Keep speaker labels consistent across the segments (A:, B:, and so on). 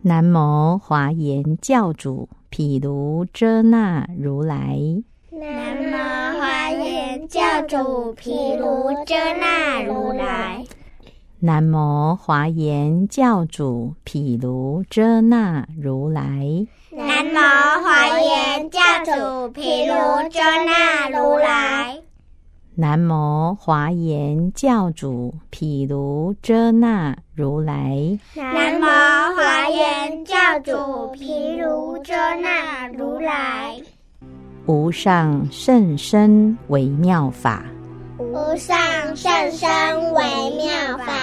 A: 南无华严教主毗卢遮那如来。
B: 南无华严教主毗卢遮那如来。
A: 南无华严教主毗卢遮那如来。
B: 南无华严教主毗卢遮那如来。
A: 南无华严教主毗卢遮那如来。
B: 南无华严教主毗卢遮那如来。
A: 无上甚深微妙法，
B: 无上甚深微妙法，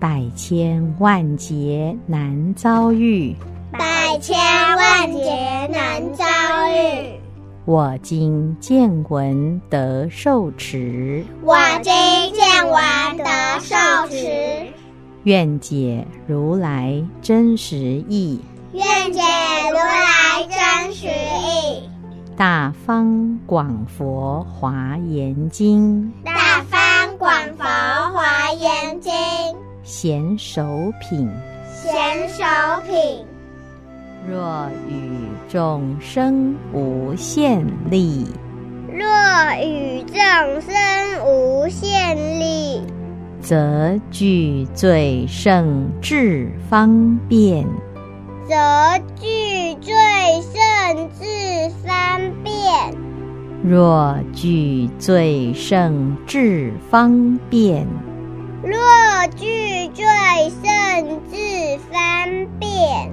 A: 百千万劫难遭遇。
B: 百千万劫难遭遇。
A: 我今见闻得受持，
B: 我今见闻得受持，
A: 愿解如来真实义，
B: 愿解如来真实义。
A: 《大方广佛华严经》
B: 大方广佛华严经，
A: 贤首品。
B: 贤首品。
A: 若与众生无限力，
B: 若与众生无限力，
A: 则具最胜智方便。
B: 则具最胜智方便。
A: 若具最胜智方便，
B: 若具最胜智方便，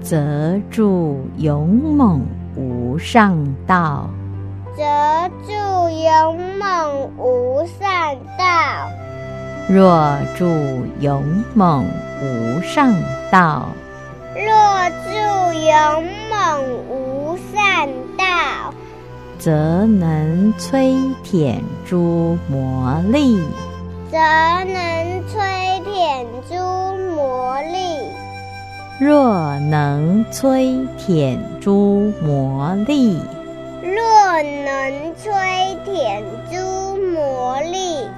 A: 则助勇猛无上道。
B: 则助勇猛无上道。
A: 若助勇猛无上道，
B: 若助勇猛无上道，
A: 则能摧舔诸魔力。
B: 则能摧舔诸魔力。
A: 若能摧舔诸魔力，
B: 若能摧舔诸魔力，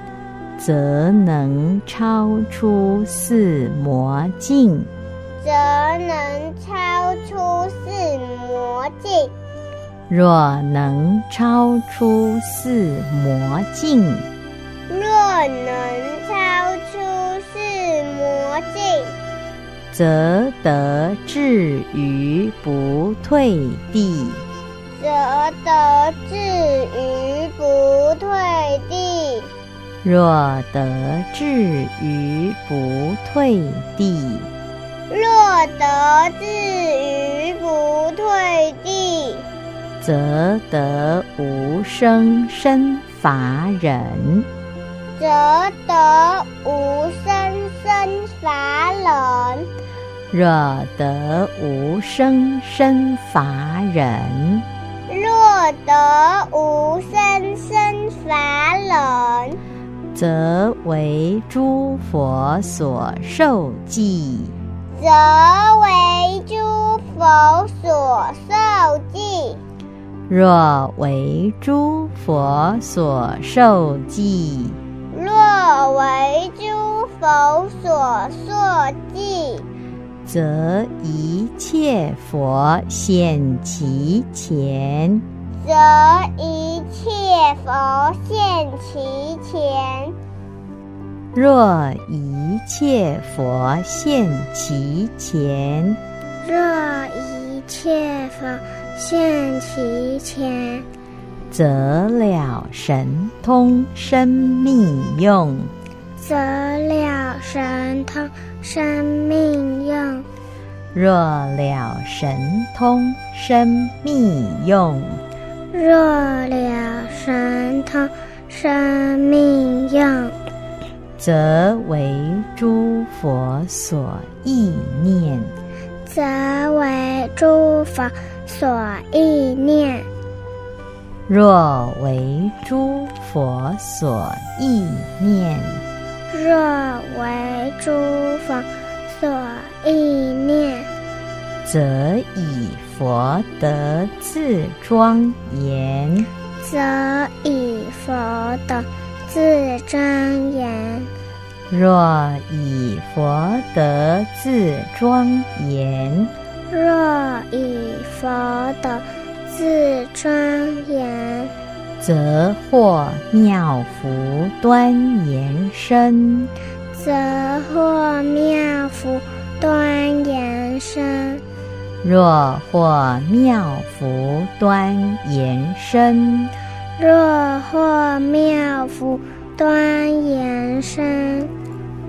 A: 则能超出四魔境，
B: 则能超出四魔境。
A: 若能超出四魔境，
B: 若能超出四魔境，
A: 则得至于不退地。
B: 则得至于不退地。
A: 若得至于不退地，
B: 若得至于不退地，
A: 则得无生身法忍。
B: 则得无生生法忍。
A: 若得无生身法忍，
B: 若得无生生法忍，
A: 则为诸佛所受记。
B: 则为诸佛所受记。
A: 若为诸佛所受记，
B: 若为诸佛所受记，
A: 则一切佛现其前。
B: 则一切佛现其前。
A: 若一切佛现其前，
B: 若一切佛现其前，
A: 则了神通生命用，
B: 则了神通生命用。
A: 若了神通生命用，
B: 若了神通生命用，
A: 则为诸佛所意念。
B: 则为诸佛所意念。
A: 若为诸佛所意念，
B: 若为诸佛所意念，
A: 则以佛得自庄严。
C: 则以佛的自庄严。
A: 若以佛得自庄严，
C: 若以佛的自庄严，
A: 则获妙福端严身。
C: 则获妙福端严身。
A: 若获妙福端严身，
C: 若获妙福端严身，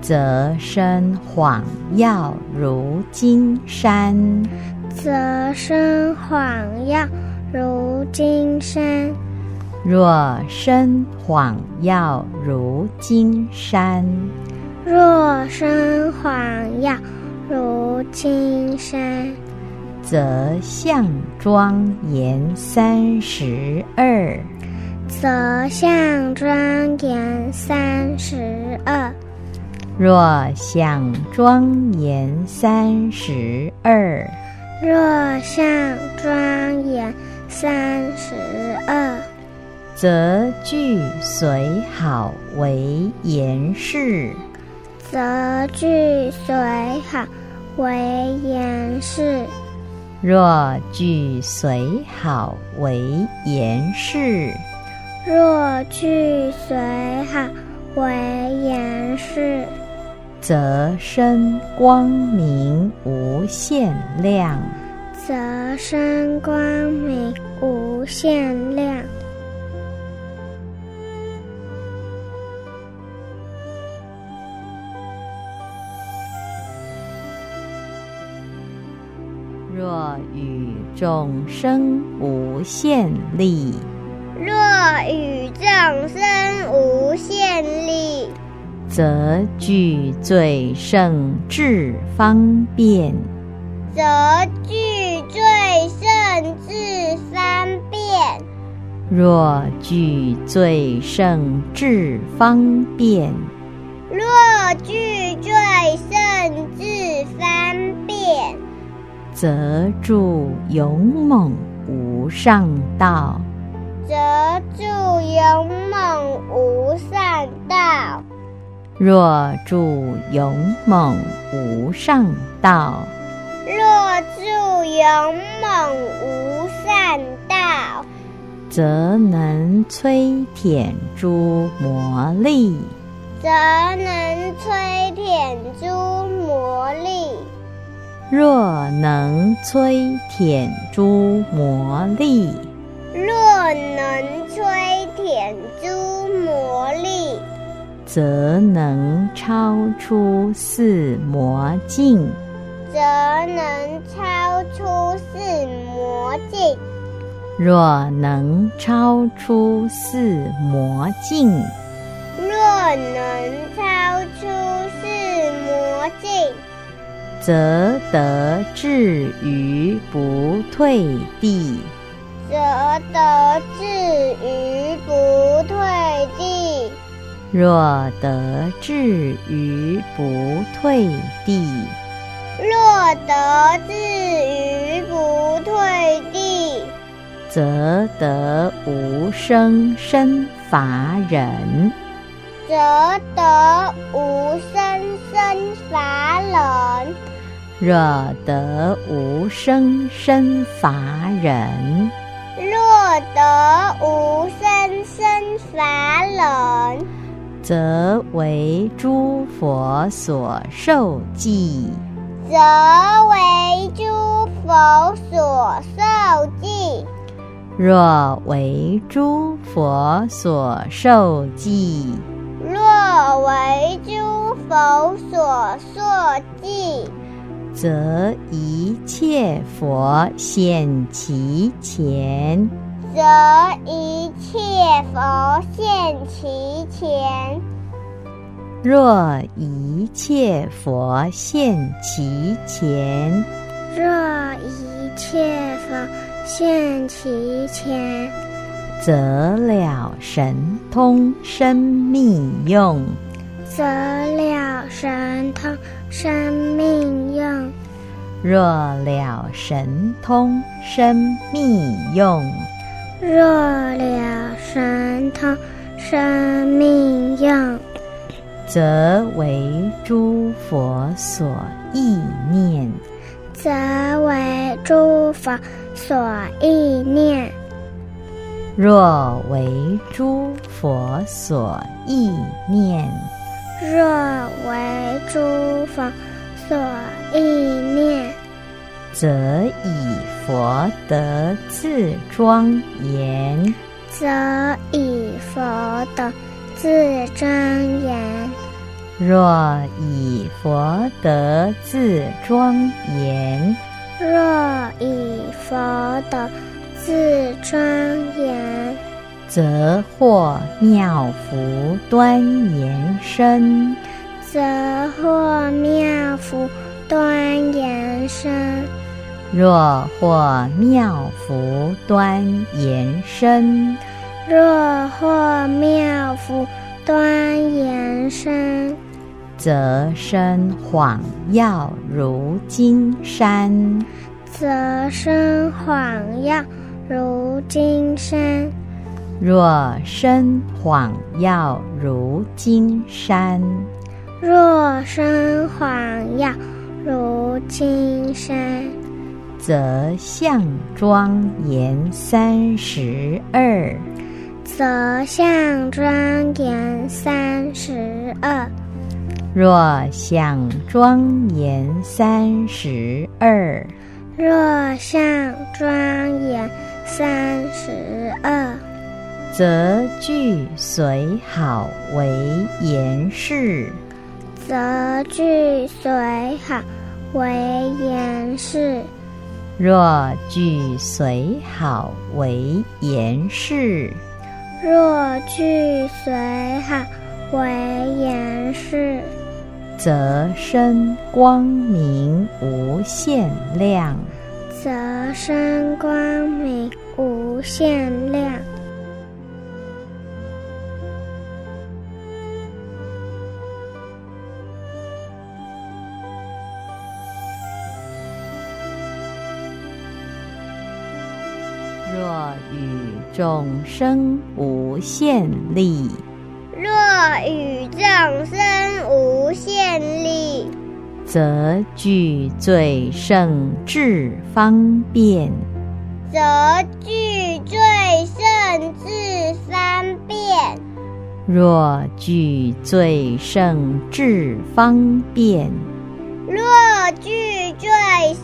A: 则身晃耀如金山。
C: 则身晃耀如金山。
A: 若身晃耀如金山，
C: 若身晃耀如金山，
A: 则相庄严三十二。
C: 则相庄严三十二。
A: 若相庄严三十二，
C: 若相庄严三十二，
A: 则具随好为言事。
C: 则具随好为言事。
A: 若具随好为言事，
C: 若具随好为言事，
A: 则身光明无限量，
C: 则身光明无限量。
A: 若与众生无限力，
C: 若与众生无限力，
A: 则具最胜智方便。
C: 则具最胜智三变。
A: 若具最胜智方便，
C: 若具最胜智三变，
A: 则助勇猛无上道。
C: 则助勇猛无上道。
A: 若助勇猛无上道，
C: 若助勇猛无上道，
A: 则能摧舔诸魔力。
C: 则能摧舔诸魔力。
A: 若能摧舔诸魔力，
C: 若能摧舔诸魔力，
A: 则能超出四魔境。
C: 则能超出四魔境。
A: 若能超出四魔境，
C: 若能超出四魔境，
A: 则得至于不退地。
C: 则得至于不退地。
A: 若得至于不退地，
C: 若得至于不退地，
A: 则得无生身法忍。
C: 则得无生生法忍。
A: 若得无生身法忍，
C: 若得无生生法忍，
A: 则为诸佛所受记。
C: 则为诸佛所受记。
A: 若为诸佛所受记，
C: 若为诸佛所受记，
A: 则一切佛现其前。
C: 则一切佛现其前。
A: 若一切佛现其前，
C: 若一切佛现其前，
A: 则了神通生密用，
C: 则了神通生命用，
A: 若了神通生密用，
C: 若了神通生命用，
A: 则为诸佛所意念。
C: 则为诸佛所意念；
A: 若为诸佛所意念，
C: 若为诸佛所意念，
A: 则以佛得自庄严。
C: 则以佛的自庄严。
A: 若以佛得自庄严，
C: 若以佛的自庄严，
A: 则获妙福端严身。
C: 则获妙福端严身。
A: 若获妙福端严身，
C: 若获妙福端严身，
A: 则身晃耀如金山。
C: 则身晃耀如金山。
A: 若身晃耀如金山，
C: 若身晃耀如金山，
A: 则相庄严三十二。
C: 则相庄严三十二。
A: 若相庄严三十二，
C: 若相庄严三十二，
A: 则具随好为言事。
C: 则具随好为言事。
A: 若具随好为言事，
C: 若具随好为言事，
A: 则身光明无限量。
C: 则身光明无限量。
A: 若与众生无限力，
C: 若与众生无限力，
A: 则具最胜智方便。
C: 则具最胜智三变。
A: 若具最胜智方便，
C: 若具最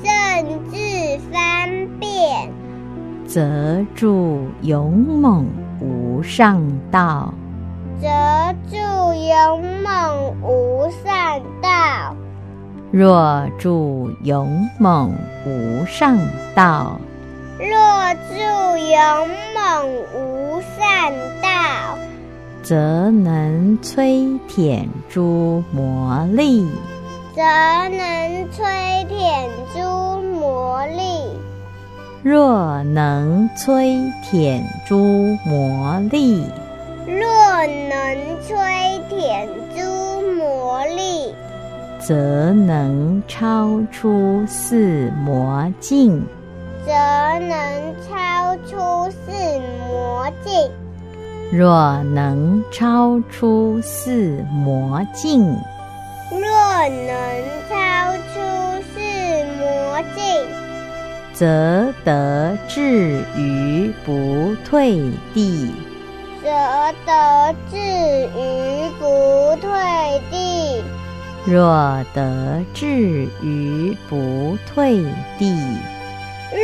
C: 胜智三变，
A: 则助勇猛无上道。
C: 则助勇猛无善道。
A: 若助勇猛无上道，
C: 若助勇猛无善道，
A: 则能摧舔诸魔力。
C: 则能摧舔诸魔力。
A: 若能摧舔诸魔力，
C: 若能摧舔诸魔力，
A: 则能超出四魔境。
C: 则能超出四魔境。
A: 若能超出四魔境，
C: 若能超出四魔境，
A: 则得至于不退地。
C: 则得至于不退地。
A: 若得至于不退地，
C: 若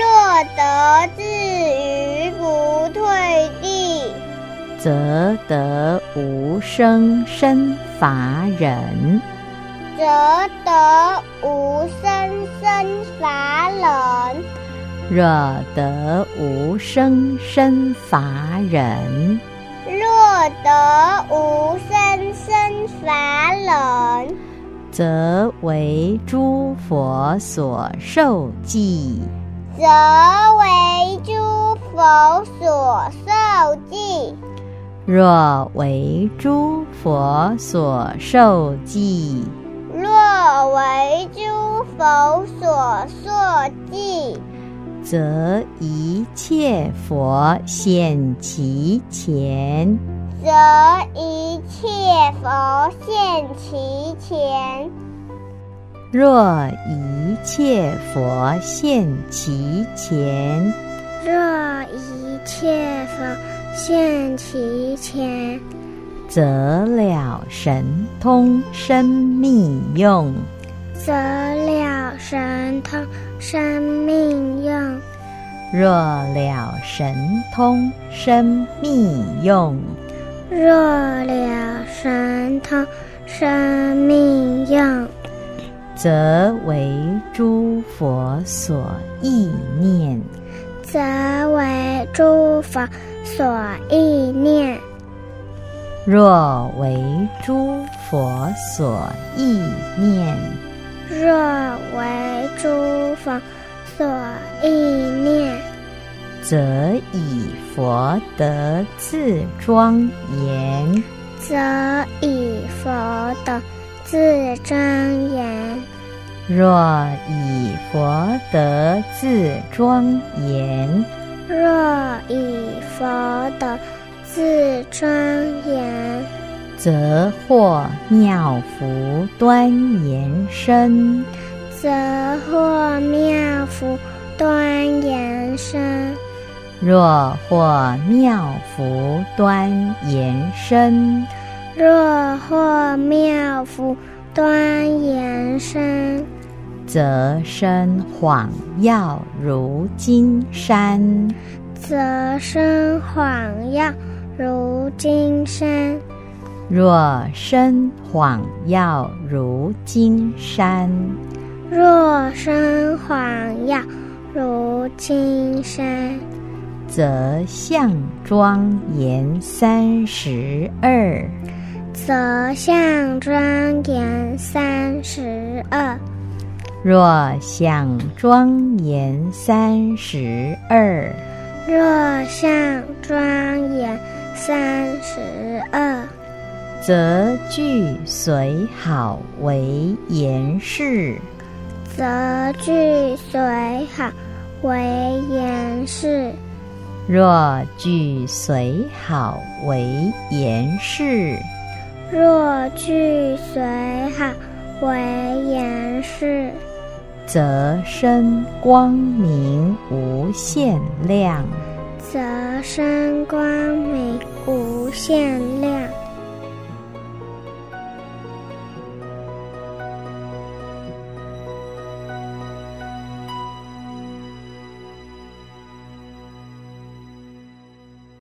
C: 得至于不退地，
A: 则得无生身法忍。
C: 则得无生生法忍。
A: 若得无生身法忍，
C: 若得无生生法忍，
A: 则为诸佛所受记。
C: 则为诸佛所受记。
A: 若为诸佛所受记，
C: 若为诸佛所塑记，
A: 则一切佛现其前。
C: 则一切佛现其前。
A: 若一切佛现其前，
C: 若一切佛现其前，
A: 则了神通生密用，
C: 则了神通生命用。
A: 若了神通生密用，
C: 若了神通生命用，
A: 则为诸佛所意念。
C: 则为诸佛所意念。
A: 若为诸佛所意念，
C: 若为诸佛所意念，
A: 则以佛得自庄严。
C: 则以佛的自庄严。
A: 若以佛得自庄严，
C: 若以佛的自庄严，
A: 则获妙福端严身。
C: 则获妙福端严身。
A: 若获妙福端严身，
C: 若获妙福端严身，
A: 则身晃耀如金山。
C: 则身晃耀如金身。
A: 若身晃耀如金山，
C: 若身晃耀如金身，
A: 则相庄严三十二。
C: 则相庄严三十二。
A: 若相庄严三十二，
C: 若相庄严三十二，
A: 则具随好为言事。
C: 则具随好为言事。
A: 若具随好为言事，
C: 若具随好为言事，
A: 则身光明无限量。
C: 则身光明无限量。